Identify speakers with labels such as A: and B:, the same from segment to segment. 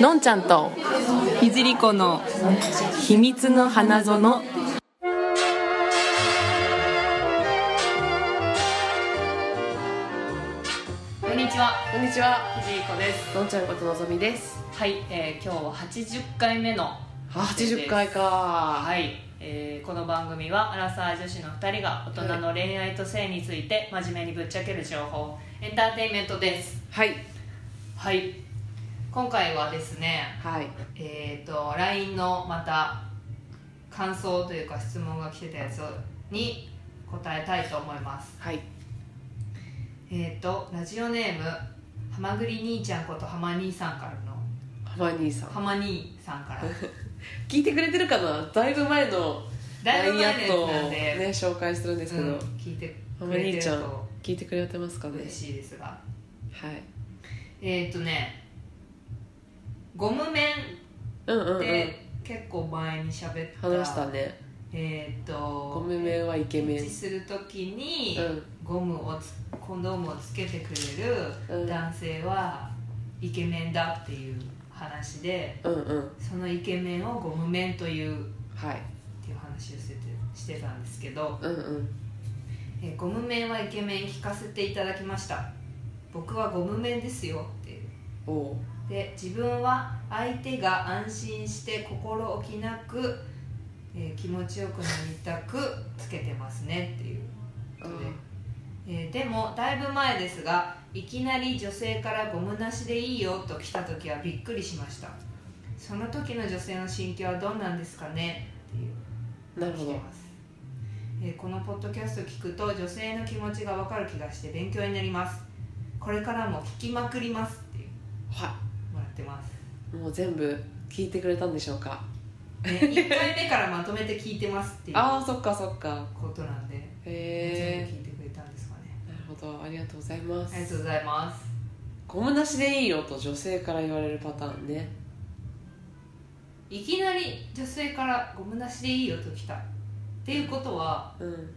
A: のんちゃんと
B: ひじりこの
A: 秘密の花園
B: こんにちは
A: こんにちは
B: ひじりこです
A: のんちゃんことのぞみです
B: はい、えー、今日は80回目の
A: あ80回か
B: はい、えー、この番組はアラサー女子の2人が大人の恋愛と性について真面目にぶっちゃける情報エンターテインメントです
A: はい
B: はい今回はですね
A: はい
B: えっ、と LINE のまた感想というか質問が来てたやつに答えたいと思います
A: はい
B: えっ、とラジオネームはまぐり兄ちゃんことはま兄さんからの
A: 浜兄さん
B: はま兄さんから
A: 聞いてくれてるかなだいぶ前の
B: だいぶ
A: LINE アッ
B: 前の
A: ト
B: や
A: を
B: つなん
A: ね
B: で、
A: 紹介するんです
B: う
A: けど
B: ん、聞いて
A: 浜
B: くれて
A: 兄
B: る
A: ちゃん
B: と
A: 聞いてくれてますかね
B: 嬉しいですが
A: はい
B: えっ、とねゴム面
A: うんうんう
B: っ
A: ん
B: て結構前に喋った、
A: 話したね
B: えっ、と
A: ごめんめんはイケメン
B: エッチするときに、
A: うん
B: ゴムをつコンドームをつけてくれ
A: うん
B: る男性はイケメンだっていう話で
A: うんうん
B: そのイケメンをゴムメンというっ
A: はい
B: ていう話をしててしてたんですけど、
A: うんうん
B: えーゴムメンはイケメン聞かせていただきました僕はゴムメンですよっていう
A: おお
B: で自分は相手が安心して心置きなく、えー気持ちよくなりたくつけてますねっていうことで、えーでもだいぶ前ですがいきなり女性からゴムなしでいいよと来た時はびっくりしましたその時の女性の心境はどうなんですかねっていう
A: なるほ
B: 来て
A: ど
B: ます、えーこのポッドキャスト聞くと女性の気持ちがわかる気がして勉強になりますこれからも聞きまくりますっていう
A: は
B: もらってます
A: いもう全部聞いてくれたんでしょうか
B: ね、1回目からまとめて聞いてますっていう
A: ああそっかそっか
B: ことなんで、
A: へえ
B: 全部聞いてくれたんですかね
A: なるほどありがとうございま
B: ありが
A: す
B: とうございます
A: ゴムなしでいいよと女性から言われるパターンね
B: いきなり女性から「ゴムなしでいいよ」と来たっていうことは
A: うん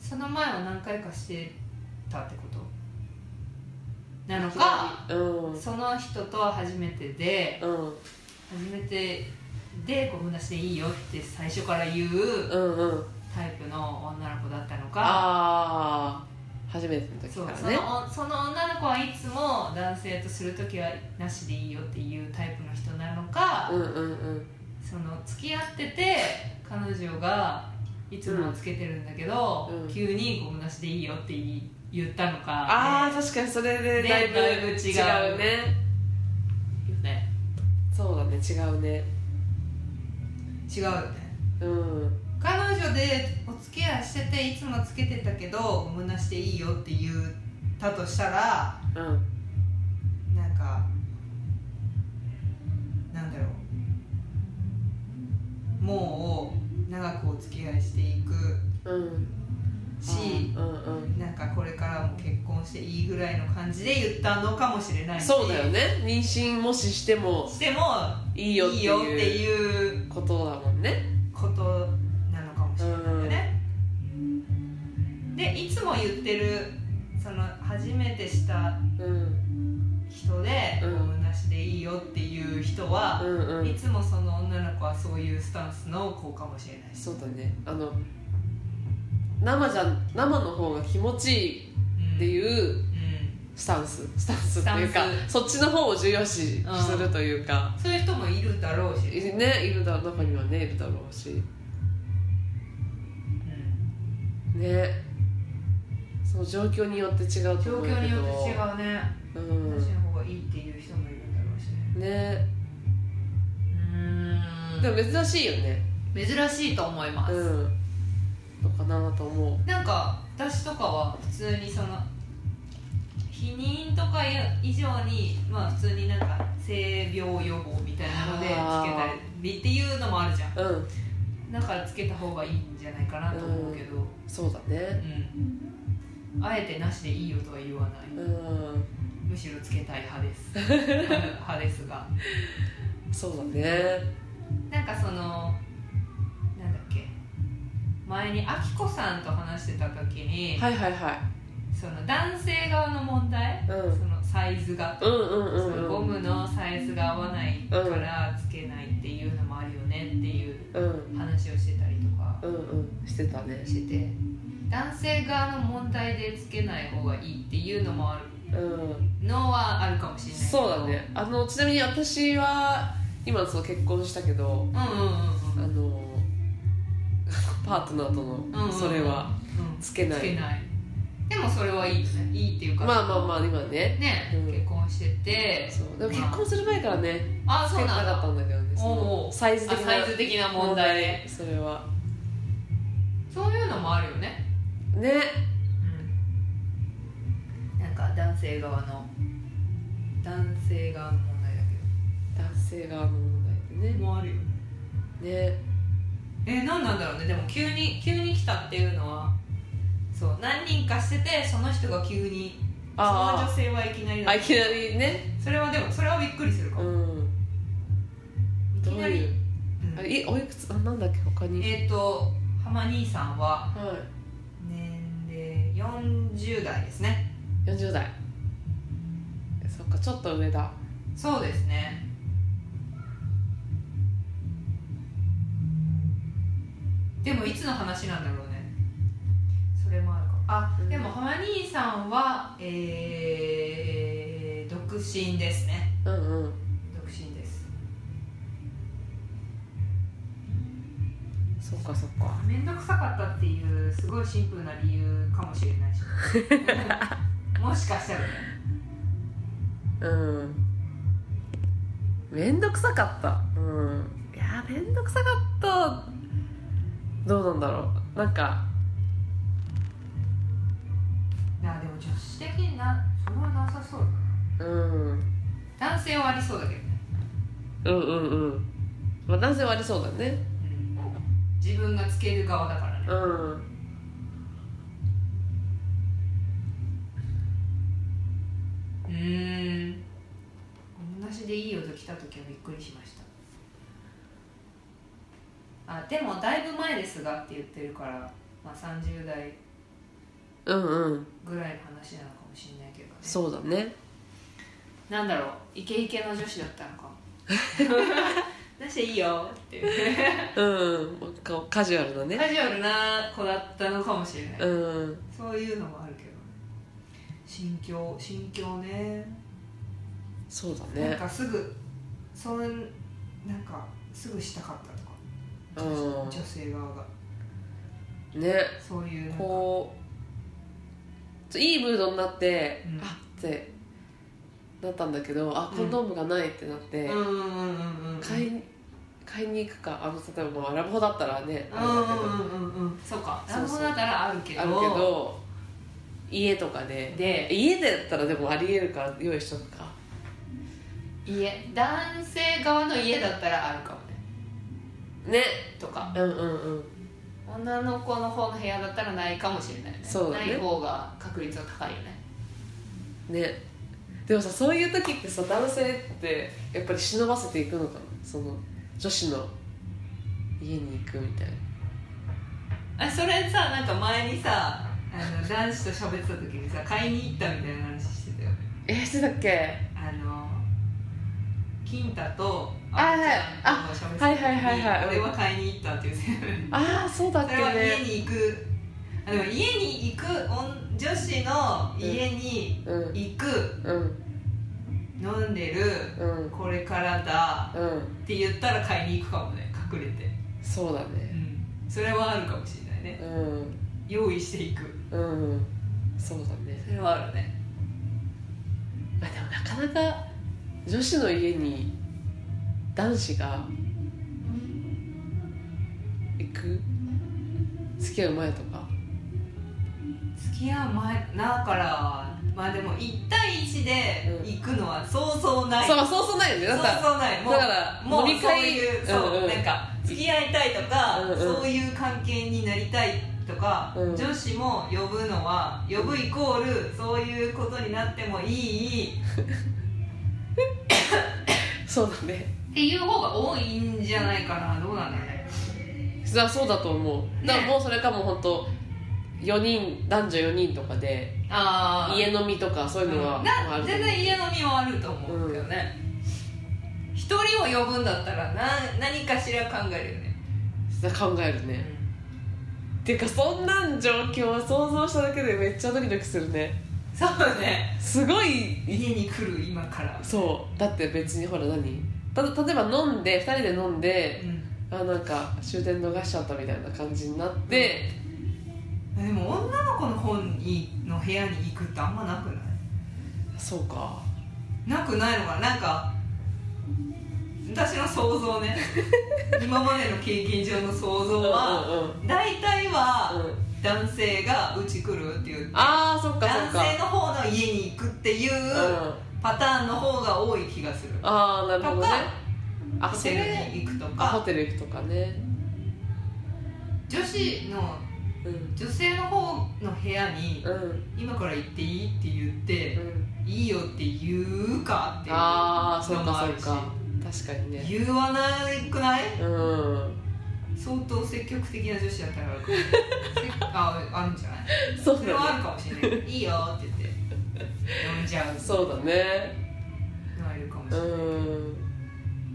B: その前は何回かしてたってことなのか
A: うん
B: その人とは初めてで
A: うん
B: 初めてで「ゴムなしでいいよ」って最初から言う
A: うんうん
B: タイプの女の子だったのか
A: ああ初めての時
B: そう
A: から
B: そ
A: ね
B: のその女の子はいつも男性とする時はなしでいいよっていうタイプの人なのか、
A: うんうんうん
B: その付き合ってて彼女がいつもつけてるんだけど、
A: うん
B: 急に「ゴムなしでいいよ」って言い言ったのか、
A: ああ
B: ね
A: 確かにそれで
B: ね
A: だいぶ
B: だいぶ違う
A: 違うね
B: ね
A: そうだね違うね
B: 違うよね
A: うん
B: 彼女でお付き合いしてていつもつけてたけど「ゴムなしでいいよ」って言ったとしたら
A: うん
B: なんかなんだろうもう長くお付き合いしていく
A: うん
B: し、
A: うんうん
B: なんかこれからも結婚していいぐらいの感じで言ったのかもしれないし
A: そうだよね妊娠もししても
B: しても
A: い
B: い
A: い
B: いよ
A: よ
B: っ
A: ってて
B: い
A: いううことだもんね
B: ことなのかもしれないよね、でいつも言ってるその初めてした
A: うん
B: 人で「
A: う
B: ゴ
A: ん
B: ムなしでいいよ」っていう人は、
A: うんう
B: い
A: ん
B: つもその女の子はそういうスタンスの子かもしれないし、
A: そうだねあの生じゃ生の方が気持ちいい
B: うん
A: っていう
B: うん
A: スタンススタンスっていうか
B: スタン
A: そっちの方を重要視
B: うん
A: するというか、
B: そういう人もいるだろうし、
A: いねいるだ中にはねいるだろうし
B: うん
A: ねその状況によって違うと
B: 状
A: 思うけど
B: 況によって違うね
A: う
B: 私の方がいいっていう人もいるだろうしね
A: んね
B: うん
A: でも珍しいよね
B: 珍しいと思います、
A: うんのかなと思う
B: なんか私とかは普通にその避妊とか以上にまあ普通になんか性病予防みたいなのでつけたりっていうのもあるじゃん
A: うん
B: だからつけた方がいいんじゃないかなと思うけど、
A: そうだね
B: うん、あえてなしでいいよとは言わない
A: うん
B: むしろつけたい派です 派ですが
A: そうだね
B: なんかそのなんだっけ前にあきこさんと話してた時に、
A: はいはいは
B: その男性側の問題、
A: うん
B: そのサイズが、
A: うんうんう
B: そ
A: んう
B: のゴ
A: ん
B: ムのサイズが合わないからつけないっていうのもあるよねっていう
A: うん
B: 話をしてたりとか
A: うんうんしてたね
B: してて男性側の問題でつけない方がいいっていうのもある
A: うん
B: のはあるかもしれないけど
A: そうだねあのちなみに私は今そう結婚したけど
B: うんうん
A: あ
B: うんうん
A: の パートナーと
B: うんう
A: の
B: ん
A: それは
B: うん
A: つけな
B: つけ
A: い
B: ないでもそれはいいよねいいっていうか
A: まあまあまあ今ね
B: ね、
A: うん
B: 結婚してて
A: そうでも結婚する前からね
B: あ
A: つ
B: そ
A: け
B: う
A: な
B: なん
A: かった
B: だ
A: んだけどねそ
B: おうお
A: の
B: う
A: サイズ
B: あ
A: 的
B: サ
A: な
B: イズ的な問題で
A: それは
B: そういうのもあるよね、
A: ね
B: なんか男性側の男性側の問題だ
A: 男性側の問題
B: け
A: でね
B: もあるよね
A: ね
B: え何なんだろうねでも急に急に来たっていうのはそう何人かしててその人が急にその女
A: あ
B: 性はいきなり
A: ー
B: だ
A: あいきなりね
B: それはでもそれはびっくりするか
A: う
B: も、
A: ん
B: い
A: ど
B: き
A: う
B: なり
A: いう
B: うん
A: あいおいくつあなんだっけ他に
B: えっ、と浜兄さんは
A: は
B: 年齢40代ですね
A: い40代そっかちょっと上だ
B: そうですねでもいつの話なんだろうねそれもあるかあ
A: うん
B: でも浜兄さんはえー、独身ですね
A: うんうん
B: 独身です
A: そっかそっか
B: 面倒くさかったっていうすごいシンプルな理由かもしれ ないしもしかしたらね
A: うんめんどくさかったうんいやめんどくさかったどうなんだろうなんか
B: いやでも女子的になそれはなさそうだな
A: うん
B: 男性はありそうだけどね、
A: うんうんうんまあ男性はありそうだね
B: 自分がつける側だからね
A: うん
B: うーん同じでいい音来た時はびっくりしましたあでもだいぶ前ですがって言ってるから、まあ、30代
A: うんうん
B: ぐらいの話なのかもしれないけどね
A: そうだね
B: なんだろうイケイケの女子だった のか 出していいよって
A: うんなんかカジュアルだね
B: カジュアルな子だったのかもしれない
A: うん
B: そういうのもあるけどね心境心境ね
A: そうだ
B: なん
A: ね
B: かすぐそのなんかすぐしたかったとか
A: うん
B: 女性側が
A: ね
B: そういうなんか
A: こうちょいいムードになって、
B: うん
A: あってなったんだけどあコンドームがないってなって、
B: うんうんうんうんうん
A: 買い買いに行くかあの例えばまあアラブホだったらね
B: う
A: あれ
B: ん
A: だけど
B: うんうんうんうんそうか
A: そうそう
B: 乱暴だからあるけど
A: あるけど家とかで
B: で
A: 家でだったらでもありえるから用意しとくか
B: 家男性側の家だったらあるかもね
A: ね
B: とか
A: うんうんうん
B: 女の子の方の部屋だったらないかもしれないね
A: そうだね
B: ない方が確率は高いよね
A: ねでもさそういう時ってさ男性ってやっぱり忍ばせていくのかなその女子の家に行くみたいな
B: あそれさなんか前にさあの男子と喋ってた時にさ買いに行ったみたいな話してたよね
A: えしてたっけ
B: あの金太と
A: あはい
B: あのちゃんと喋ってた
A: はいはいはいはい
B: 時に俺は買いに行ったっていうそ
A: ああそうだっけ
B: れは家
A: ね
B: に行くあでも家に行く女女子の家に
A: うん
B: 行く
A: うん
B: 飲んでる
A: うん
B: これからだ
A: うん
B: って言ったら買いに行くかもね隠れて、
A: そうだ
B: う
A: ね
B: ん、それはあるかもしれないね
A: うん
B: 用意していく
A: うんそうだね
B: それはあるね
A: まあでもなかなか女子の家に男子が行く付き合う前とか
B: 付き合う前だからまあでも1対1で行くのはそうそうない、
A: そうそうそうないよね
B: そ
A: だ
B: う
A: ったら
B: そうないもう
A: だから
B: もう
A: 飲み
B: そう
A: 会
B: いう
A: うん
B: そう、
A: うん
B: なんか付き合いたいとか、
A: うんうん
B: そういう関係になりたいとか、
A: うん
B: 女子も呼ぶのは呼ぶイコールそういうことになってもいい
A: そうだね
B: っていう方が多いんじゃないかなどうなんだろうね
A: だそうだと思うだからもうそれかもう本当4人男女4人とかで
B: ああ
A: 家飲みとかそういうのは、
B: うん
A: まああ
B: な
A: ると
B: 全
A: 思う
B: 然家飲みはあると思うけどね一、人を呼ぶんだったらな何かしら考えるよね、
A: 考えるね、てかそんなん状況を想像しただけでめっちゃドキドキするね
B: そうね
A: すごい
B: 家に来る今から、
A: そうだって別にほら何た例えば飲んで2人で飲んで
B: うん
A: あなんか終電逃しちゃったみたいな感じになって、
B: でも女の子の方にの部屋に行くってあんまなくない
A: そうか
B: なくないのかななんか私の想像 ね今までの経験上の想像は
A: うんうんうん
B: 大体は
A: うん
B: 男性がうち来るっていう
A: ああそっかそっ
B: 男
A: か
B: 性の方の家に行くっていう
A: うん
B: パターンの方が多い気がする
A: ああなるほどね
B: とか
A: あ
B: ホ
A: そ
B: テ
A: れ
B: ルに行くと
A: あホ
B: か
A: テル行くとかね
B: 女子の
A: うん
B: 女性の方の部屋に
A: うん
B: 今から行っていいって言って
A: うん
B: いいよって言うかっていう
A: ああそっ
B: の
A: か
B: もあ
A: そっ
B: るし
A: か確かにね
B: 言わなくない
A: うん
B: 相当積極的な女子 だったらあるかもせああるんじゃない
A: そう
B: それ
A: だ
B: はあ
A: ね
B: るかもしれないいいよって言って呼んじゃう
A: そうだね
B: のはいるかもし
A: う
B: れない、
A: ん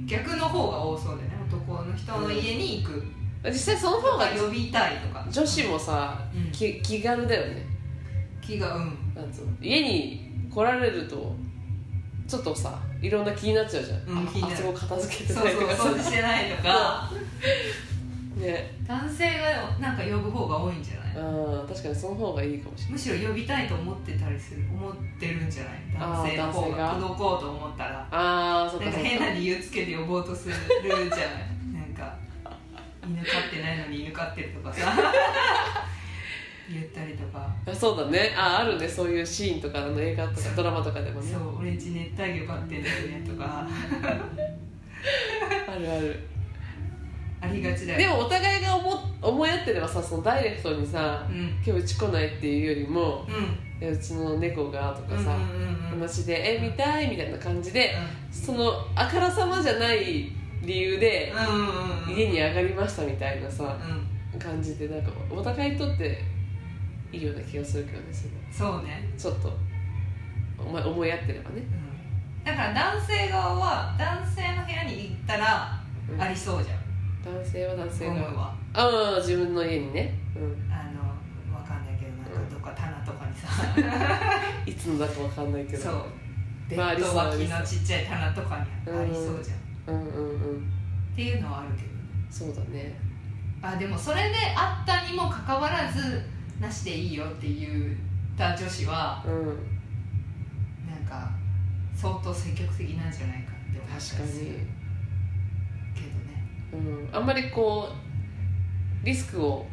B: 逆の方が多そうでね男の人の家に行く
A: 実際その
B: と
A: 方
B: か
A: が
B: 呼びたいとか
A: 女子もさ
B: うん
A: き気軽だよね
B: 気がうん
A: なんつうの家に来られるとちょっとさいろんな気になっちゃうじゃん、
B: うん
A: あ
B: 気になる
A: あそこ片付け
B: そ
A: てな
B: うそう
A: いとか
B: 掃除してないとか
A: ね
B: 男性がなんか呼ぶ方が多いんじゃない
A: うん確かにその方がいいかもしれない
B: むしろ呼びたいと思ってたりする思ってるんじゃない
A: あー
B: 男性の方が
A: 男性が
B: 届こうと思ったら
A: ああそっ
B: なん
A: か
B: か
A: そっ
B: 変
A: か
B: な理由つけて呼ぼうとするじ ゃないなんか犬飼ってないのに犬飼ってるとかさ 言ったりとか、
A: あそうだねああるねそういうシーンとかあの映画とかドラマとかでもね
B: そう俺んち熱帯魚飼ってるよねとか
A: あるある
B: ありがちだよ
A: でもお互いが思思い合ってればさそのダイレクトにさ
B: うんうん
A: 「今日うち来ない」っていうよりも
B: う
A: 「いやうちの猫が」とか
B: んうん
A: さ、
B: うんうん
A: 話で「え見たい」みたいな感じでそのあからさまじゃない理由で
B: うんうんうんうん
A: 家に上がりましたみたいなさ
B: うん
A: 感じでなんかお互いにとっていいような気がするけどねその
B: そうね、
A: ちょっと思い思い合ってればね
B: うん、だから男性側は男性の部屋に行ったら
A: うん
B: ありそうじゃん、
A: 男性は男性
B: 思い
A: が
B: は
A: あうん自分の家にね、うん、
B: あのわかんないけどなんかどっか棚とかにさ
A: いつのだかわかんないけど
B: そうベ
A: まああ
B: ッ
A: り
B: ド
A: そうあ
B: 脇
A: りそう
B: のちっちゃい棚とかにありそうじゃん、
A: うんうんうん
B: っていうのはあるけどね
A: そうだね
B: あでもそれであったにもかかわらずなしでいいよって言った女子は
A: うん
B: なんか相当積極的なんじゃないかって思ったり
A: 確か
B: する
A: に、
B: けどね
A: うん、あんまりこうリスクを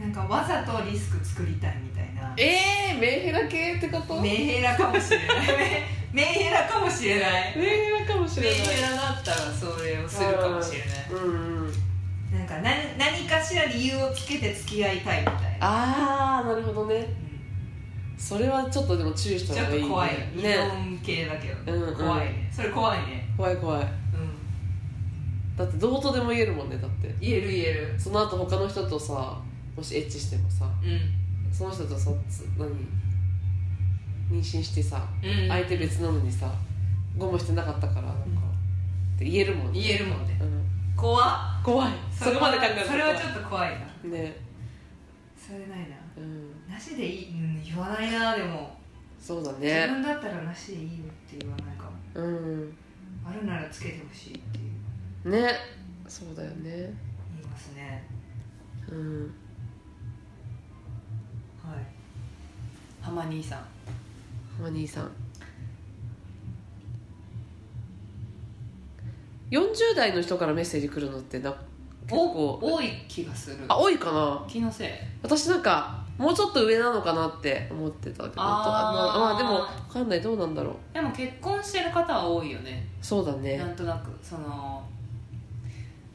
B: なんかわざとリスク作りたいみたいな
A: ええー、メンヘラ系ってこと
B: メンヘラかもしれないメンヘラかもしれない
A: メンヘラかもし
B: メン
A: れない
B: ヘラだったらそれをするかもしれない
A: うんうん
B: なんか何何かしら理由をつけて付き合いたいみたいな、
A: ああなるほどね
B: うん
A: それはちょっとでも注意した
B: ちょっ
A: 方がいい、
B: と
A: ね、
B: 怖い依
A: ね
B: 存系だけど、
A: うんうん
B: 怖いねそれ怖いね、
A: 怖い怖い
B: うん、
A: だってどうとでも言えるもんねだって
B: 言える言える
A: その後他の人とさもしエッチしてもさ
B: うん
A: その人とさつ何妊娠してさ
B: うん
A: 相手別なのにさゴムしてなかったからなんか、
B: うん
A: って言えるもんね、
B: 言えるもんね
A: うん、
B: 怖っ
A: 怖いそこまで考えると
B: それはちょ
A: っ
B: っと怖いな
A: とね
B: それないな
A: うん
B: なしでいい、うん、言わないなでも、
A: そうだ
B: 自
A: ね
B: 分だったらなしでいいよって言わないかも
A: うん
B: あるならつけてほしいっていう
A: ねそうだよね
B: 言いますね
A: うん
B: はい浜兄さん
A: お兄さん40代の人からメッセージ来るのってな結構
B: 多い気がする
A: あ多いかな
B: 気のせい
A: 私なんかもうちょっと上なのかなって思ってたけど
B: あー
A: まあまあでも分かんないどうなんだろう
B: でも結婚してる方は多いよね
A: そうだ
B: な
A: ね
B: んとなくその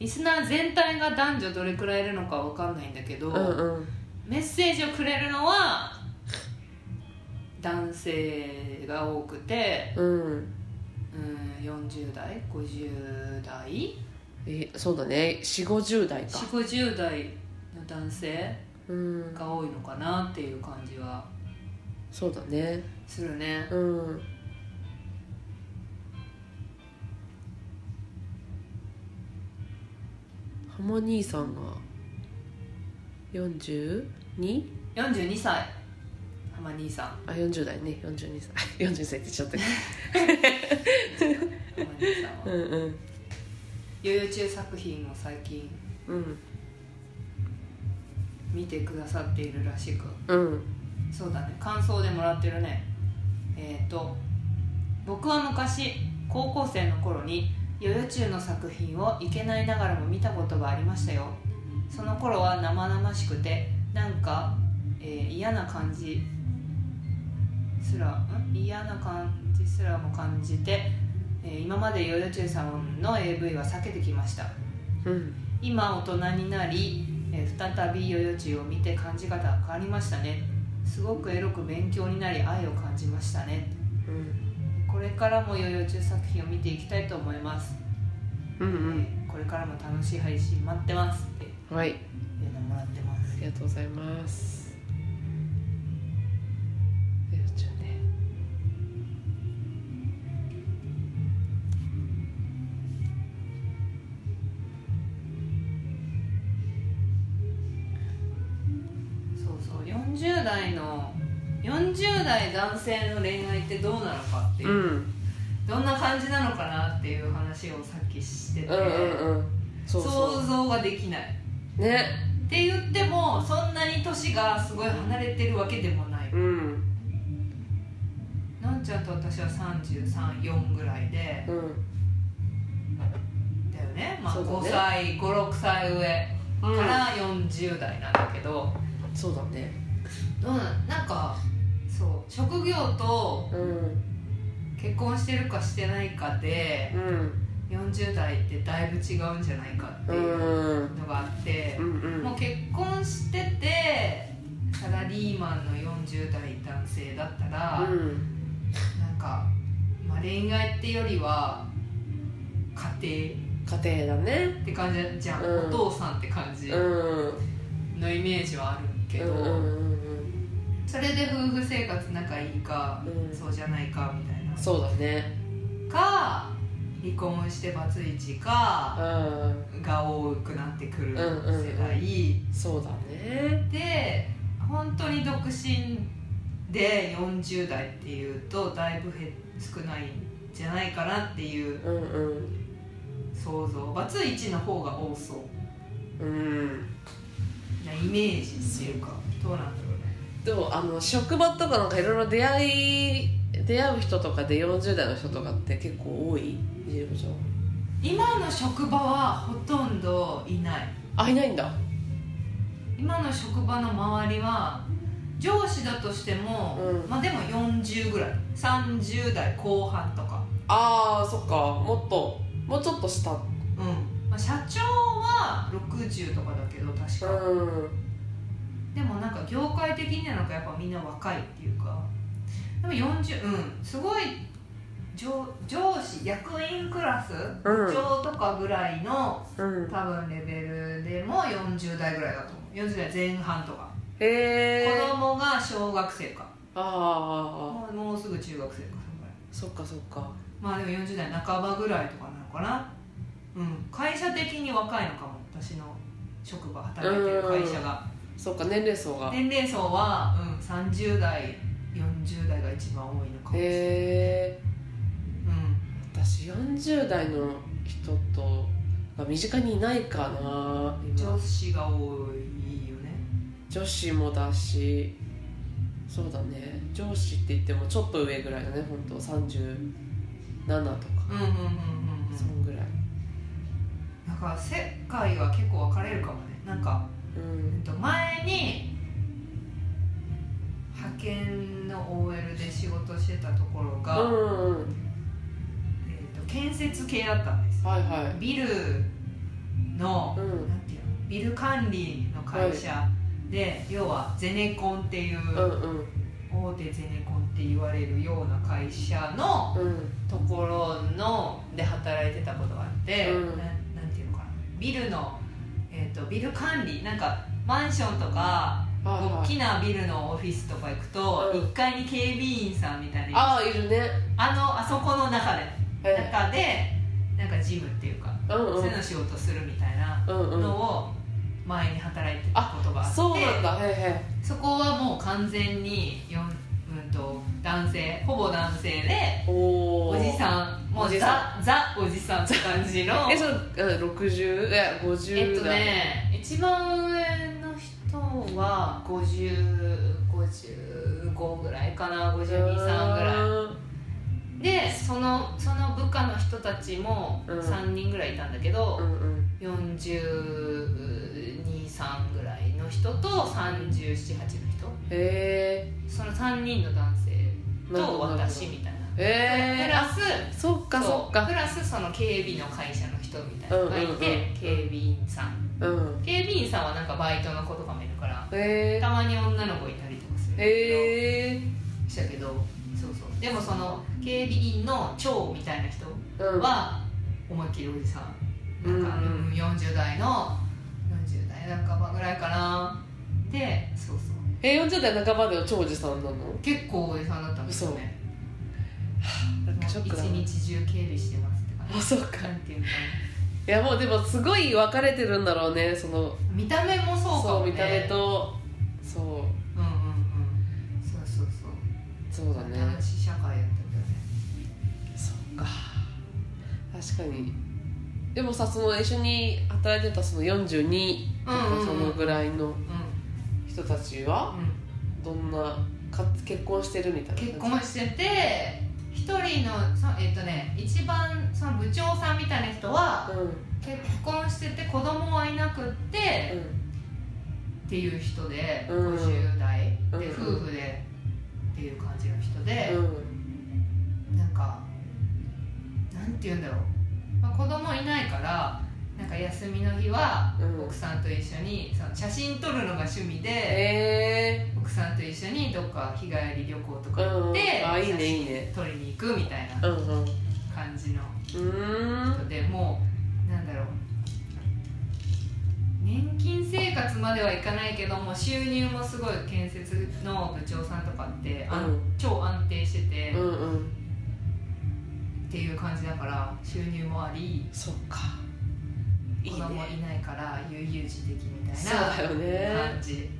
B: リスナー全体が男女どれくらいいるのかわかんないんだけど、
A: うんうん
B: メッセージをくれるのは男性が多くて、
A: うん
B: うん、40代50代
A: えそうだね4 5 0代か
B: 4 5 0代の男性
A: うん
B: が多いのかなっていう感じは
A: そうだね
B: するね
A: うんハモ兄さんが 42?
B: 42歳浜兄さん
A: あ40代ね42歳 42歳って言っちゃったけ
B: 浜兄さん
A: ど
B: は
A: うんうん
B: 悠々中作品を最近
A: うん
B: 見てくださっているらしく
A: うん
B: そうだね感想でもらってるねえっ、と僕は昔高校生の頃にヨヨチュウの作品をいけないながらも見たことがありましたよその頃は生々しくてなんか、えー嫌な感じすらん嫌な感じすらも感じて、えー今までヨヨチュウさんの AV は避けてきました
A: うん
B: 今大人になり、えー再びヨヨチを見て感じ方が変わりましたねすごくエロく勉強になり愛を感じましたね
A: うん
B: これからもヨヨチ作品を見ていきたいと思います、
A: う
B: え
A: ん
B: ーこれからも楽しい配信待ってますってい
A: うんはいう
B: のもらってます
A: ありがとうございます。よっちゃんね
B: そうそう40代の40代男性の恋愛ってどうなのかっていう、
A: うん、
B: どんな感じなのかなっていう話をさっきしてて、
A: うんうんうん。そうそ。
B: 想像ができないう
A: ね。
B: って言ってもそんなに年がすごい離れてるわけでもない
A: うん
B: なんちゃんと私は334ぐらいで
A: うん。
B: だよね、まあ、
A: そうだね
B: 5歳56歳上
A: か、
B: からら40代なんだけど、
A: そうだね。
B: うん、なんかそう職業と
A: うん
B: 結婚してるかしてないかで
A: うん
B: 40代ってだいぶ違うんじゃないかって
A: う
B: いうんのがあって
A: う、ん
B: もう結婚しててサラリーマンの40代男性だったら、
A: うん。
B: なんか、まあ、恋愛ってよりは家
A: 家庭だね。
B: 庭って感じじゃん、
A: うん
B: お父さんって感じ
A: うん
B: のイメージはあるけ
A: う
B: ど、
A: んうん
B: それで夫婦生活仲いいか、
A: うん
B: そうじゃないかみたいな
A: そうだね。
B: か離婚してバツイチか
A: う
B: が多くなってくる世
A: う
B: 代、
A: んうんん。そうだね。
B: で本当に独身で40代っていうとだいぶ減少ないんじゃないかなっていう
A: うんうん
B: 想像バツイチの方が多そう
A: うん。
B: なイメージっていうかどうなんだろうね
A: でもあの職場とかなんかいろいろ出会い出会う人とかで40代の人とかって結構多いジェームちゃん
B: 今の職場はほとんどいない
A: あいないんだ
B: 今の職場の周りは上司だとしても、
A: うん
B: まあでも40ぐらい30代後半とか
A: あーそっかもっともうちょっと下
B: うん、まあ、社長は60とかだけど確か、
A: ん
B: でもなんか業界的にはなんかやっぱみんな若いっていうかでも40うんすごい上上司役員クラス
A: うん
B: 部長とかぐらいの
A: うん
B: 多分レベルでも40代ぐらいだと思う40代前半とか、
A: へえ
B: 子供が小学生か
A: あーあーあー
B: もうもうすぐ中学生かそのぐらい
A: そっかそっか
B: まあでも40代半ばぐらいとかなのかなうん会社的に若いのかも私の職場働いてる会社が
A: そっか年齢層がへ
B: 年齢層は、うん、30代40代が一番多いのかもしれない、
A: え私40代の人とが身近にいないかな
B: うん、女
A: 今
B: 子が多いよね
A: 女子もだしそうだね上司って言ってもちょっと上ぐらいだね本当37とか
B: うんうんうんうんう
A: そ
B: ん
A: んぐらい
B: なんか世界は結構分かれるかもねなんか、
A: う
B: えっ
A: ん
B: と、前に派遣の OL で仕事してたところ
A: う
B: が、
A: んうん
B: えっと、建設系だったんです
A: はいは
B: ビルの
A: いうん
B: なんていうのビル管理の会社で、要はゼネコンっていう、
A: うんうん
B: 大手ゼネコンって言われるような会社の
A: うん
B: ところので働いてたことがあって、
A: うん
B: ななんていうのかなビルの、えー、とビル管理なんかマンションとか
A: はいはい
B: 大きなビルのオフィスとか行くと、
A: うん
B: 1階に警備員さんみたいな
A: ああいるね
B: あのあそこの中で
A: え
B: 中でなんかジムっていうか、
A: うんう
B: そ
A: ん
B: ういうの仕事するみたいな
A: うんうん
B: のを前に働いてたことがあって
A: そうなんだはいはい
B: そこはもう完全に、よんうん、と男性ほぼ男性で
A: お
B: お
A: ー
B: じさんも
A: お
B: う
A: じ
B: ザザおじさんって感じの
A: えそのうん60いや
B: えっ
A: 50
B: と
A: だ、
B: ね一番上の人は5055ぐらいかな523ぐらいでそのその部下の人たちも
A: うん
B: 3人ぐらいいたんだけ
A: う
B: ど、
A: んうん
B: 423ぐらいの人と378の
A: へえ
B: 人その3人の男性
A: なるほ
B: と
A: ど
B: 私みたいな
A: へ
B: プ
A: え
B: ラス
A: そっか
B: そ
A: そうっ
B: プ
A: か
B: ラスその警備の会社の人みたいなのがい
A: うん
B: て、
A: うんうん
B: 警備員さん
A: うん
B: 警備員さんはなんかバイトの子とかもいるから
A: へえ
B: たまに女の子いたりとかするんだけ
A: へえ
B: どしたけどそうそうでもその警備員の長みたいな人
A: うん
B: は思いっきりおじさんなんか、
A: うんうん
B: うん40代の40代半ばぐらいかなでそうそう
A: え40代半ばでは超おじさんなの
B: 結構おじさんだったんですよね
A: なん
B: も
A: かショ
B: う
A: ッ
B: 一
A: クだな
B: 日中警備してますって感
A: あそうか
B: じなんていうのか
A: いやもうでもすごい分かれてるんだろうねその
B: な見た目もそうか
A: そ
B: も
A: う
B: ね
A: 見た目とそ
B: うんうんうんそうそうそう
A: うそうだね
B: 男子社会やったけどね
A: そうか確かにでもさその一緒に働いてたその42と
B: うんうんう
A: か
B: ん
A: そのぐらいの
B: う
A: 人たちは
B: んうん
A: どんなか結婚してるみたいな
B: 結婚してて一人のそえっ、とね一番その部長さんみたいな人は
A: うんうん
B: 結婚してて子供はいなくってっていう人で、
A: うん
B: 50代で、
A: うん
B: 夫婦でっていう感じの人で、
A: うん
B: なんかなんて言うんだろう、まあ、子供いないからなんか休みの日は
A: うん
B: 奥さんと一緒にその写真撮るのが趣味で
A: え
B: 奥さんと一緒にどっか日帰り旅行と
A: ー、
B: か
A: うんう
B: 行っ
A: ん
B: て、
A: あいいねいい
B: 写
A: ね
B: 真撮りに行くみたいな
A: うんうんう
B: 感じの
A: ーん
B: でもうなんだろう年金生活まではいかないけども収入もすごい建設の部長さんとかって、あん
A: うん
B: 超安定してて、
A: う
B: っ
A: んうん
B: ていう感じだから収入もあり
A: そうかいい
B: 子
A: ね
B: 供いないから悠々自適みた
A: そうだよ
B: いな
A: ね
B: 感じ、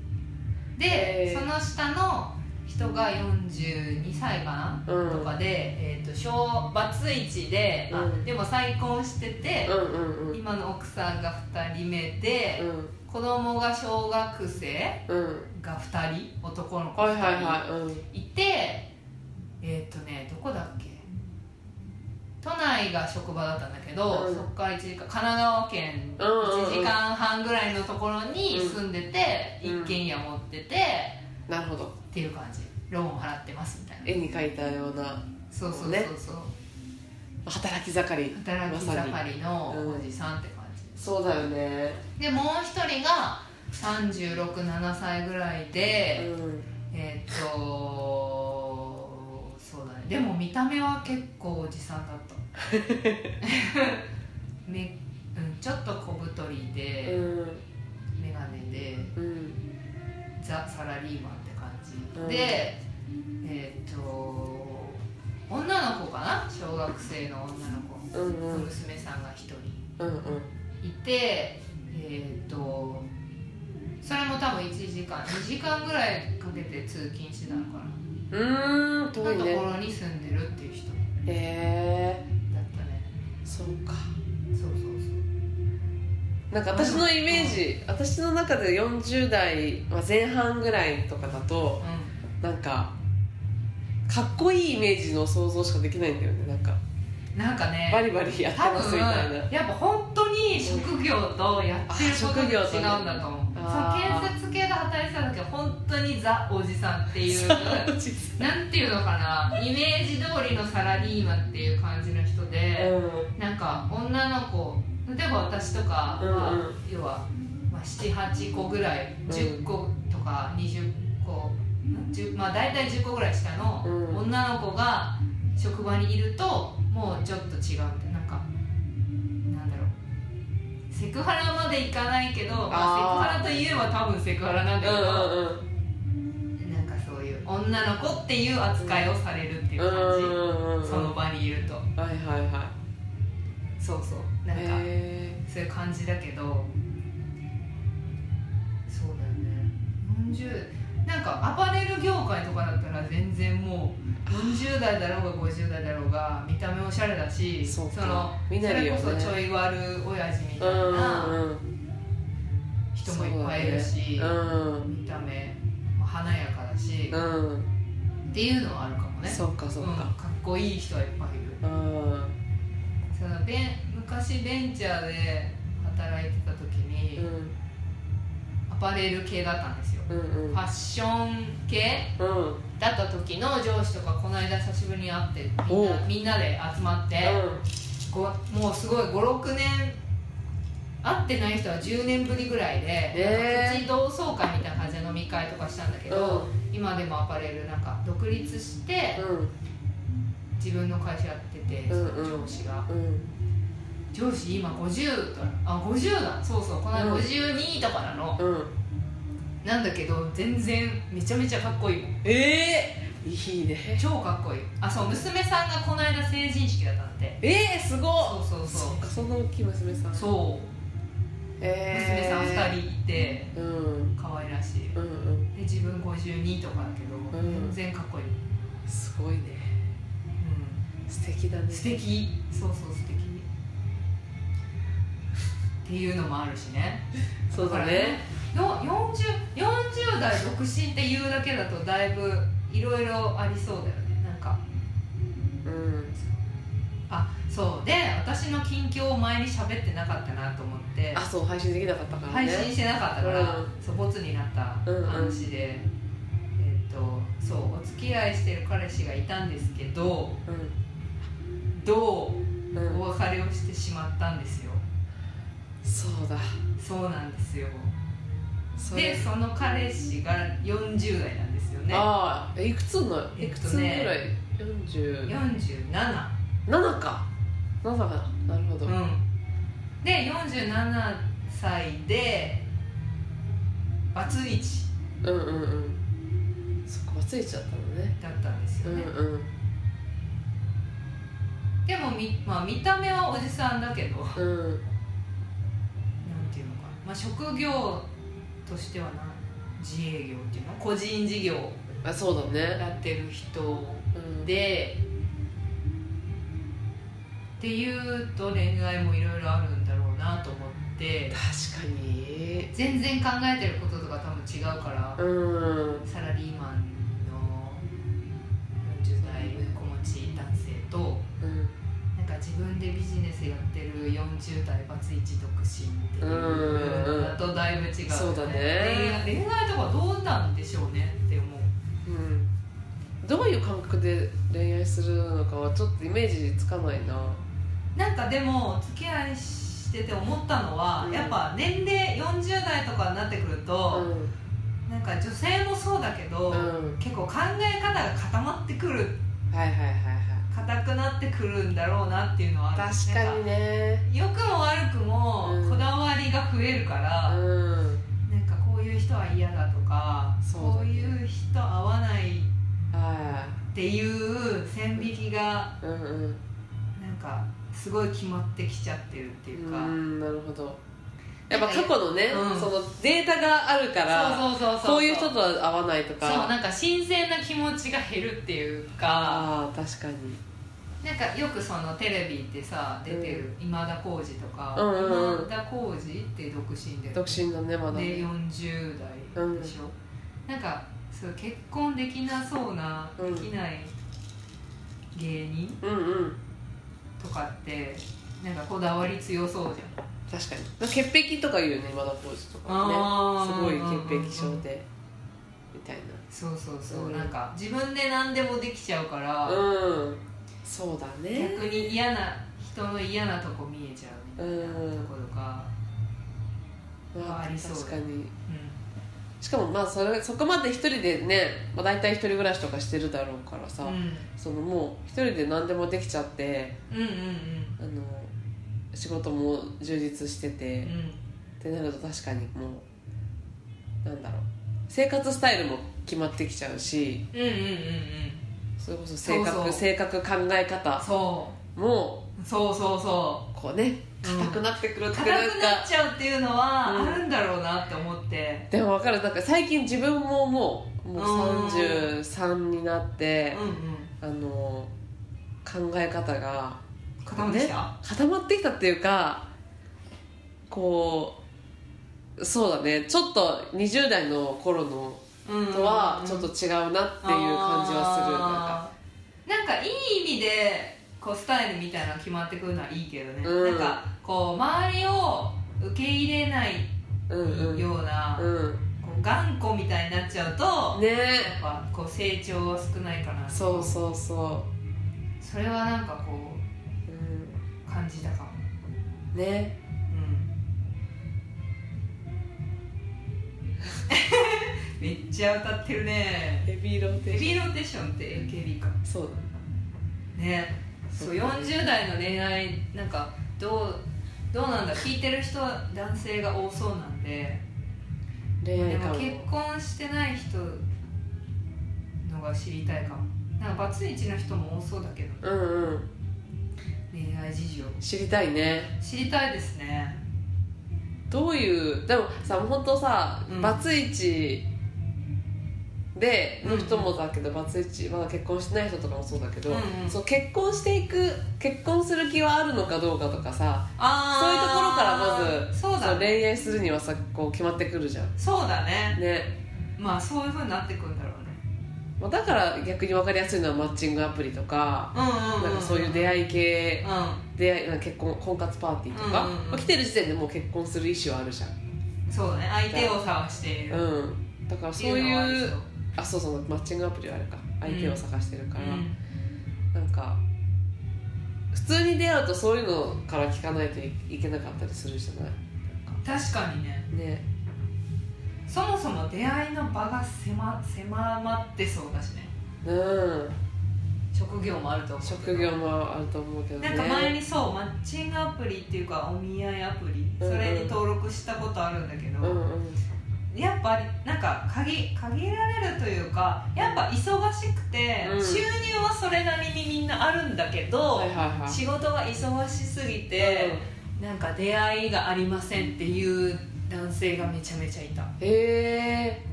A: へ
B: で
A: ー
B: その下の人が42歳かな、
A: うん
B: とかで、えー、と小バツイチで、あ
A: うん
B: でも再婚してて、
A: うんうんうん
B: 今の奥さんが2人目で、
A: うん
B: 子供が小学生
A: うん
B: が2人男の子
A: はいはい
B: 2
A: はいうん
B: 人いて、えーっとねどこだっけ都内が職場だったんだけど、
A: うん
B: そこから1時間神奈川県
A: うんうんうん
B: 1時間半ぐらいのところに住んでて、
A: うん
B: 一軒家持ってて、
A: なるほど
B: っていう感じローン払ってますみたいな
A: 絵に描いたような
B: そうそうそう
A: ね
B: そう、
A: 働き盛り
B: 働き盛り
A: ま
B: の
A: さに
B: おじさんって感じ、
A: そうだよね
B: でもう一人が367歳ぐらいで、
A: うん
B: えーっとそうだねでも見た目は結構おじさんだった め、うん、ちょっと小太り
A: う
B: で、
A: ん
B: メガネで
A: うん
B: ザ・サラリーマンって感じ、
A: うん
B: でえーっと女の子かな小学生の女の子
A: うんう
B: の
A: ん
B: 娘さんが一人
A: うん
B: いてえー、とそれも多分1時間2時間ぐらいかけて通勤してたのかな
A: うんうーん遠い
B: のとこ
A: ね
B: ろに住んでるっていう人だっ
A: へえ
B: たね
A: そうか
B: そうそうそう
A: なんか私のイメージ私の中で40代、まあ、前半ぐらいとかだとなんかかっこいいイメージの想像しかできないんだよねなんか
B: うんなんか
A: バ
B: ね
A: リバリやって
B: 多
A: ます
B: 分
A: みたいな
B: やっぱ本当に職業とやってることが違うんだと思う
A: あ職業とねあー
B: そう建設系で働いてたんだけど本当にザおじさんっていうなんていうのかなイメージ通りのサラリーマンっていう感じの人で、
A: う
B: なんか女の子例えば私とかは、
A: うんうん
B: 要は、まあ、78個ぐらい
A: うん
B: 10個とか20個、10まあ、大体10個ぐらい下の
A: うん
B: 女の子が職場にいるともうちょっと違うみたいななんかなんだろうセクハラまでいかないけどま
A: あー
B: あ、セクハラといえば多分セクハラなんだけど、
A: うんうん
B: なんかそういう女の子っていう扱いをされるっていう感じ、
A: うんうんうん
B: その場にいると
A: はいはいは
B: そうそう
A: い
B: なんか
A: へ
B: そういう感じだけどそうだよね40なんかアパレル業界とかだったら全然もう40代だろうが50代だろうが見た目おしゃれだし
A: そうか
B: の
A: 見ないよね
B: それこそちょい悪親父み
A: えう
B: たい
A: ん
B: な
A: うん
B: 人もいっぱいいるし、
A: うん
B: 見た目も華やかだし、
A: う
B: っ
A: ん
B: ていうのはあるかもね
A: そうかそう
B: うん、
A: か
B: かっこいい人はいっぱいいる
A: うん
B: そのベン昔ベンチャーで働いてた時に、
A: うん
B: アパレル系だったんですよ
A: うんうん
B: ファッション系
A: うんうん
B: だった時の上司とかこの間久しぶりに会ってみん
A: お
B: な
A: う
B: みんなで集まって、ごもうすごい56年会ってない人は10年ぶりぐらいで、
A: えー
B: うち同窓会みたいな感じで飲み会とかしたんだけど、今でもアパレルなんか独立して
A: う
B: 自分の会社やってて、
A: うんうん
B: その上司が
A: んうん
B: 上司今50だあ50だそうそうこの間52とかなの、
A: うん
B: なんだけど全然めちゃめちゃかっこいい
A: ええいいね
B: 超かっこいいあそう娘さんがこの間成人式だったんで
A: ええすごっ
B: そうそうそう
A: っかそんな大きい娘さん
B: そう娘
A: え
B: さん2
A: 人
B: 人いて
A: うん
B: 可愛らしい
A: うんうん
B: で自分52とかだけど、
A: うん
B: 全然かっこいい、
A: すごいね素敵だね
B: 素敵そうそう素敵っていうのもあるしね
A: そうだね
B: だからねよ 40, 40代独身っていうだけだとだいぶいろいろありそうだよねなんか
A: うん
B: あそうで私の近況を前に喋ってなかったなと思って
A: あそう配信できなかったから
B: 配信
A: ね
B: してなかったから、
A: うん
B: そうボツになった話で、えっとそうお付き合いしてる彼氏がいたんですけどど
A: うん
B: う
A: うん
B: お別れをしてしまったんですよ
A: そうだ
B: そうなんですよ
A: それ
B: でその彼氏が40代なんですよね
A: ああいくつのい
B: えっとね
A: くつぐらい47
B: 47
A: か7かなるほど
B: うんで47歳でバツイチ
A: うんうんうんそこはついちゃったのね
B: だったんです
A: う
B: よ
A: ん
B: ね、
A: うん
B: でもみ、まあ、見た目はおじさんだけどなん
A: うん
B: ていうのかな、まあ、職業としてはな自営業っていうの個人事業
A: あそうだね
B: やってる人
A: うん
B: でっていうと恋愛もいろいろあるんだろうなと思って
A: 確かに
B: 全然考えてることとか多分違うから
A: うん
B: サラリーマンの40代子持ち男性と
A: うん
B: なんか自分でビジネスやってる40代バツイチ独身っていうのだとだいぶ違うよ、
A: そうだね
B: 恋愛恋愛とかどうなんでしょうねって思う
A: うんどういう感覚で恋愛するのかはちょっとイメージつかないな
B: なんかでも付き合いしてて思ったのは、
A: うん
B: やっぱ年齢40代とかになってくる
A: う
B: と、
A: ん
B: なんか女性もそうだけど、
A: うん
B: 結構考え方が固まってくる
A: はいはいはいは
B: 固くなってくるんだろうなっていうのはある
A: い確かにね
B: 良くも悪くも
A: うん
B: こだわりが増えるか
A: う
B: ら、
A: ん
B: なんかこういう人は嫌だとか
A: そうだね
B: こういう人合わないっ
A: は
B: ていう線引きが
A: いうんうん
B: なんかすごい決まってきちゃってるっていうか、
A: うんなるほどやっぱ過去のね、
B: うん
A: そのデータがあるから
B: そうそうそうそう
A: こういう人とは合わないと
B: そう
A: か
B: なんか新鮮な気持ちが減るっていうか
A: ああ確かに
B: なんかよくそのテレビってさ出てる今田耕司とか、
A: うんうんうん
B: 今田耕司って独身で
A: 独身だねまだ
B: で
A: ね
B: 40代でしょ、なんかそう結婚できなそうな、
A: うん
B: できない芸人
A: うんうん
B: とかってなんかこだわり強そうじゃん
A: 確かに潔癖とか言うね今田耕司とか
B: あ
A: ねす
B: ー
A: ごい潔癖症でみたい
B: そうそうそう、
A: うん
B: なんか自分で何でもできちゃうから、
A: なうんそうだね
B: 逆に嫌な人の嫌なとこ見えちゃうみたい
A: うん
B: なとことか、
A: まあ
B: ありそう
A: 確かに
B: う
A: しかもまあそれそこまで一人でね、まあ、大体一人暮らしとかしてるだろうからさ、
B: んうん、
A: そのもう一人で何でもできちゃって
B: うんうんうん
A: あの仕事も充実して
B: う
A: て
B: ん、
A: ってなると確かにもうなんだろう生活スタイルも決まってきちゃうし
B: うんうんうん
A: それこそ性格
B: そうそう
A: 性格考え
B: うん
A: 方
B: そ
A: も
B: うそうそうそ
A: こうね
B: うん
A: 硬くなってくる
B: う
A: とか
B: 硬
A: なん
B: くな
A: か
B: っちゃうっていうのは
A: うん
B: あるんだろうなって思って、
A: でも分かるなんか最近自分ももうもう
B: うん
A: 33になっ
B: うん
A: て
B: うん、
A: あの考え方が
B: 固まってきた、
A: 固まってきたっていうかこうそうだねちょっと20代の頃の
B: うん
A: とはちょっと
B: っ
A: 違うなっていう感じはするなんか
B: なんかいい意味でこうスタイルみたいなの決まってくるのはいいけどね、
A: うん
B: なんかこう周りを受け入れない
A: うんうん
B: ような、
A: うん
B: こう頑固みたいになっちゃうと、
A: ね
B: やっぱこう成長は少ないかなと
A: そうそうそ
B: それはなんかこ
A: う、う
B: う感じたかも、
A: ん、ね
B: うん、 めっちゃ歌ってるね
A: ヘビーロー
B: ヘ
A: テ
B: ビーローテーションって AKB か
A: そうだね
B: ねそう40代の恋愛なんかどうどうなんだ聞いてる人は男性が多そうなんで
A: 恋愛
B: で
A: か
B: も
A: も
B: 結婚してない人のが知りたいかもなんかバツイチの人も多そうだけど
A: うんうん
B: 恋愛事情
A: 知りたいね
B: 知りたいですね
A: どういうでもさ本当さ、
B: うん
A: バツイチでの人もだけど、バツイチまだ結婚してない人とかもそうだけど、
B: うんうん
A: そう結婚していく結婚する気はあるのかどうかとかさ
B: あ
A: そういうところからま
B: ずそう
A: そ
B: だ
A: う
B: ね
A: 恋愛するにはさこう決まってくるじゃん
B: そうだね
A: ね、
B: まあそういうふうになってくんだろうね
A: まあ、だから逆に分かりやすいのはマッチングアプリとか、
B: うんうん、
A: なんかそういう
B: 会い
A: 出会い系
B: うん
A: 出会いなんか結婚婚活パーティーとか、
B: うんうんうん
A: まあ来てる時点でもう結婚する意思はあるじゃん、
B: そうだね相手を探している、っ
A: うん、だから
B: て
A: そう
B: のはあり
A: い
B: そう
A: あそうそうマッチングアプリはあれか相手を探してるから、
B: うん
A: なんか普通に出会うとそういうのから聞かないといいけなかったりするじゃない
B: 確かにね
A: ね
B: そもそも出会いの場が狭狭まってそうだしね
A: うん
B: 職業もあると思うけど
A: 職業もあると思うけどね
B: なんか前にそうマッチングアプリっていうかお見合いアプリ
A: うん
B: そ
A: うん
B: れに登録したことあるんだけど、
A: うんうん
B: やっぱりなんか限限られるというかやっぱ忙しくて、
A: うん
B: 収入はそれなりにみんなあるんだけど、
A: はいはいはい
B: 仕事が忙しすぎて、なんか出会いがありませんっていう男性がめちゃめちゃいた、
A: うん、へえ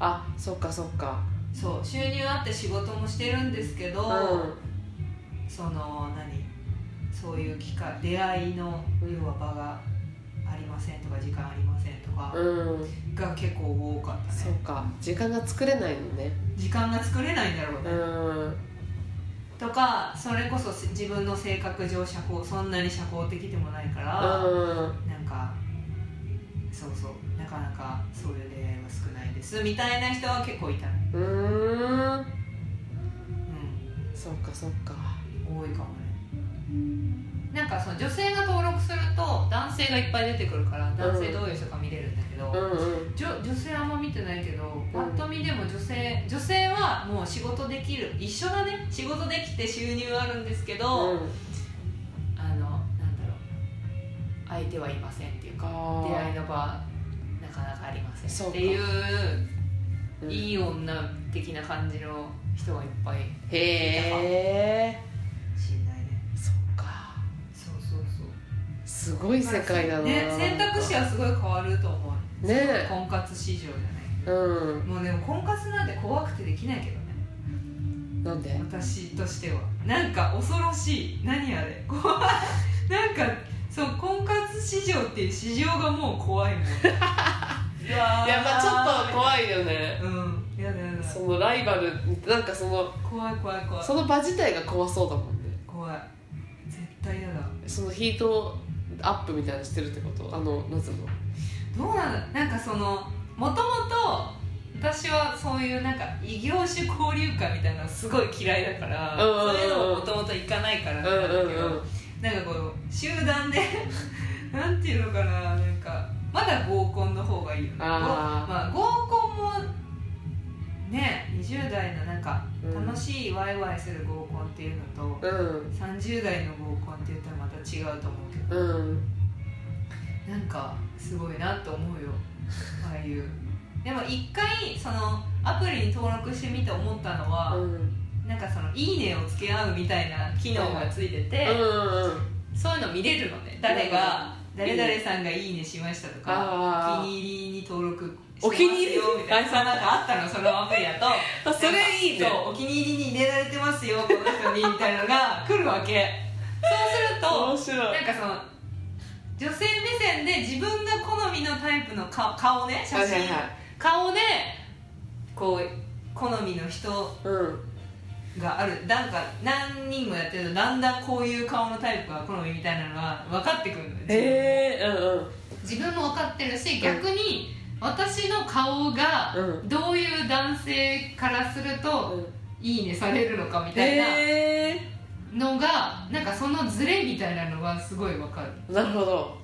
A: あそっかそっか
B: そう収入あって仕事もしてるんですけど、
A: うん
B: その何そういう機会出会いの要は場がありませんとか時間ありませんとか
A: うん、
B: が結構多かった
A: そっ
B: ね
A: か時間が作れないのね
B: 時間が作れないんだろう
A: うん
B: ね、とかそれこそ自分の性格上社交そんなに社交的でもないから、
A: うん
B: なんかそうそうなかなかそういう出会いは少ないですみたいな人は結構いたね
A: うーん
B: う
A: そっかそっか
B: ん多いかもねなんかその女性が登録すると男性がいっぱい出てくるから男性どういう人か見れるんだけど、
A: うんうん
B: 女女性あんま見てないけどぱっと見でも女性女性はもう仕事できる一緒だね仕事できて収入あるんですけ
A: う
B: ど、
A: ん
B: あのなんだろう相手はいませんっていうか
A: あー
B: 出会いの場なかなかありませ
A: そうんか
B: っていう
A: うん
B: いい女的な感じの人がいっぱい
A: へえ
B: 信頼ね
A: そっか
B: そうそうそう
A: すごい世界だな、
B: ね選択肢はすごい変わると思う
A: ねえ
B: その婚活市場じゃ
A: う
B: ない
A: ん
B: もうでも婚活なんて怖くてできないけどね
A: なんで
B: 私としてはなんか恐ろしい何あれ怖いなんかそう婚活市場っていう市場がもう怖 いもんや
A: やっぱちょっと怖いよね
B: うんやだやだ
A: そのライバルなんかその
B: 怖い怖い怖い
A: その場自体が怖そうだもんね
B: 怖い絶対やだ
A: そのヒートアップみたいなのしてるってことあのなんつうの
B: どうなんだなんかそのもともと私はそういうなんか異業種交流会みたいなのすごい嫌いだから、
A: うんうんうん
B: そういうのももともと行かないから
A: うん
B: なんだけど、
A: うんうん
B: なんかこう集団で なんていうのかななんかまだ合コンの方がいいよねご
A: あー
B: まあ、合コンもね20 20代のなんか
A: うん
B: 楽しいワイワイする合コンっていうのと
A: うん
B: 30代の合コンって言ったらまた違うと思うけど
A: うん
B: なんかすごいなと思うよああいうでも一回そのアプリに登録してみて思ったのは、
A: うん
B: なんかその「いいね」をつけ合うみたいな機能がついてて、
A: うん
B: そういうの見れるのね誰が、誰々さんが「いいね」しましたとか、
A: あ
B: お
A: ー
B: 気に入りに登録して
A: お
B: ます
A: 気に入り
B: よみたいなそんなんかあったのそのアプリだと
A: あそれいいね
B: そうお気に入りに入れられてますよこの人にみたいなのが来るわけそうすると
A: 面白い
B: なんかその女性目線で自分が好みのタイプの顔顔ね写
A: はい
B: 真、
A: はいはい
B: 顔でこう好みの人
A: うん
B: があるなんか何人もやってるとだんだんこういう顔のタイプが好みみたいなのが分かってくるのね
A: へえうん
B: 自分も分かってるし逆に私の顔が
A: う
B: どういう男性からすると
A: うん
B: いいねされるのかみたいな
A: へえ
B: のがなんかそのズレみたいなのがすごい分かる、
A: なるほど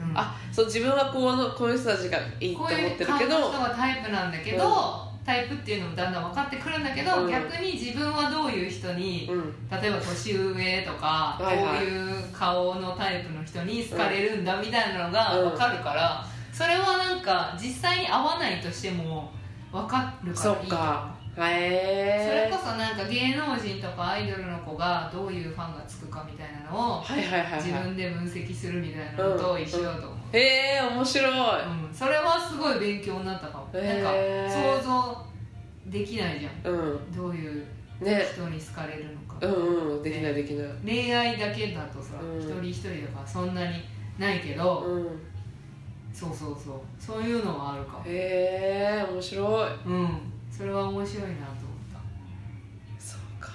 B: うん
A: あそう自分はこうのこういう人たちがいいと
B: こ
A: 思っ
B: ういう
A: てる
B: 顔
A: け
B: の
A: ど
B: 人がタイプなんだけど、
A: うん
B: タイプっていうのもだんだん分かってくるんだけど、
A: うん
B: 逆に自分はどういう人に、
A: うん
B: 例えば年上とか、
A: はいはい
B: こういう顔のタイプの人に好かれるんだみたいなのが
A: うん
B: 分かるから、それはなんか実際に合わないとしても分かるか
A: そ
B: らいい
A: っ
B: と思う
A: かへ
B: それ
A: え
B: こそなんか芸能人とかアイドルの子がどういうファンがつくかみたいなのを
A: はいはいはい
B: 自
A: は
B: 分で分析するみたいなのと一緒だと思う、
A: いへえ面白い
B: うん、それはすごい勉強になったかも、
A: へー
B: なんか想像できないじゃん
A: うん
B: どういう
A: ね
B: 人に好かれるのか、
A: うんうんできないできない
B: 恋愛だけだとさ、
A: うん
B: 一人一人だからそんなにないけど、
A: うん
B: そうそうそうそういうのはあるかも
A: へえ面白い
B: うんそれは面白いなと思った
A: そうか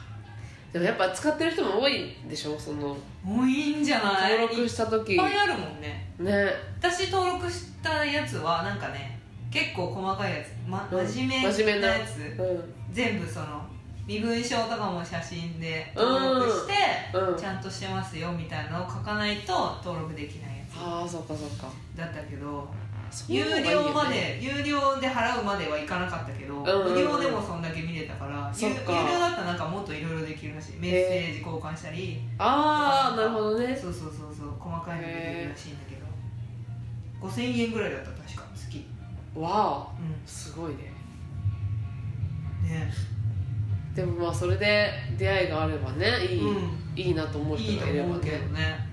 A: でもやっぱ使ってる人も多いんでしょその
B: もういいんじゃない
A: 登録した時
B: いっぱい
A: ね
B: あるもんね私登録したやつはなんかね結構細かいやつ、ま、
A: うん
B: 真面
A: 真面
B: 目
A: 目
B: な
A: な
B: やつ、
A: うん
B: 全部その身分証とかも写真で登録して、
A: うん
B: ちゃんとしてますよみたいなのを書かないと登録できないやつ
A: ああそっかそっか
B: だったけど
A: そういう
B: 有
A: のがいいよね
B: 料まで有料で払うまではいかなかったけど、
A: んうん
B: 無料でもそんだけ見れたから有
A: そっ
B: 有料
A: か
B: だったらなんかもっといろいろできるらしいメッセージ交換したり
A: ああなるほどね
B: そうそうそうそう細かいのできるらしいんだけど5000円ぐらいだった確か月
A: わあ
B: う
A: すごいね
B: んね
A: でもまあそれで出会いがあればねいい、
B: うん
A: いいなと思う
B: いい
A: 人
B: と
A: がいれば
B: 思うけど
A: ね
B: ね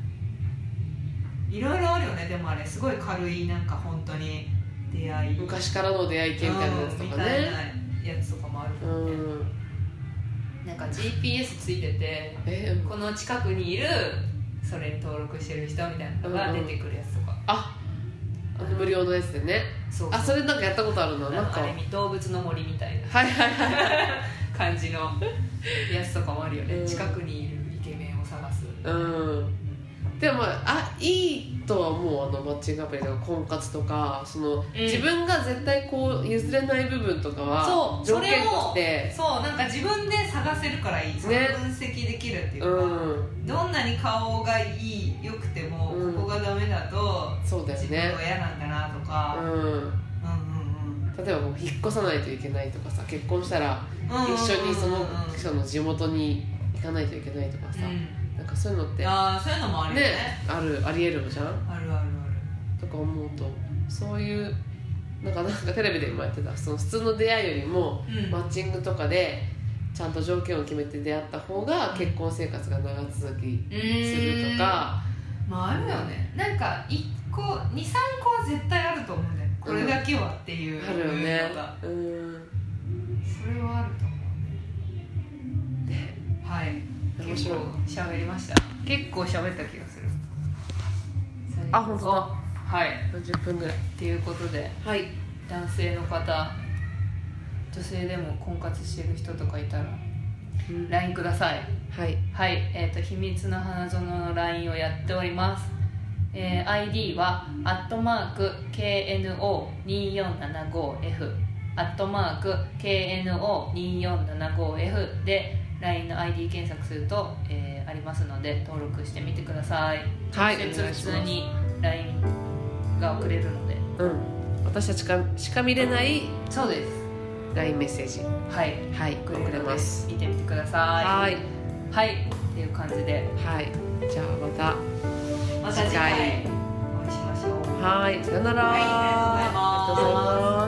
B: いろいろあるよねでもあれすごい軽いなんか本当に出会い
A: 昔からの出会い系みたいなやつとかね
B: うんみたいなやつとかもある
A: う
B: もんね、
A: ん
B: なんか GPS ついてて
A: えうん
B: この近くにいるそれに登録してる人みたいなのが出てくるやつとか、
A: ああの無料のやつでね
B: そう
A: あそれなんかやったことあるな
B: な
A: なんん
B: か
A: か
B: あ
A: は
B: れ
A: い
B: 動物の森みたいな
A: はいはい
B: 感じの やつとかもあるよね、
A: うん
B: 近くにいるイケメンを探す
A: うんでもまああいいとはもうあのマッチングアプリとか婚活とかその、自分が絶対こう譲れない部分とか
B: そ
A: は
B: う
A: 条件と
B: そ
A: し
B: れ
A: て
B: をそうなんか自分で探せるからいいその分
A: ね
B: 析できるっていう
A: う
B: か、
A: ん
B: どんなに顔がいい良くても、
A: うん
B: ここがダメだと
A: そうだよ
B: 自分
A: ね
B: は嫌なんだなと
A: う
B: か、
A: ん
B: うん、
A: 例えばもう引っ越さないといけないとかさ結婚したら
B: うんうんうん
A: 一緒にそ
B: うん
A: の
B: うん
A: 人の地元に行かないといけないとかさ、
B: うん
A: なんかそういうのってね
B: ああそういうのもあるよね
A: あるありえるじゃん
B: あるある
A: とか思うとそういうなんかなんかテレビで今やってたその普通の出会いよりも
B: あるうん
A: マッチングとかでちゃんと条件を決めて出会った方が結婚生活が長続きするとか
B: まああるよねなんか一個23個は絶対あると思うんだよねこれだけはっていう
A: あるよね
B: のが
A: うん
B: それはあると思うね
A: ね
B: はい
A: 面
B: 結
A: 白い
B: 構喋りました結構喋った気がする
A: あ本当だ
B: はい
A: 40分ぐらい
B: っていうことで
A: はい
B: 男性の方女性でも婚活してる人とかいたら LINE ください
A: はい
B: はいえっ、と秘密の花園の LINE をやっておりますえー ID はアットマーク KNO2475F アットマーク KNO2475F で LINE の ID 検索すると、えーありますので登録してみてください
A: はい
B: 直
A: お願い
B: 接普
A: します
B: 通に LINE が送れるので
A: うん私たちかしか見れない
B: そうです
A: LINE メッセージ
B: はい
A: はい送れます
B: 見てみてくださ
A: はい
B: いはいっていう感じで
A: はいじゃあまた
B: また次回お会いしましょう
A: はいさよなら
B: はいありがとう
A: ありがとうご
B: ございます
A: ざいます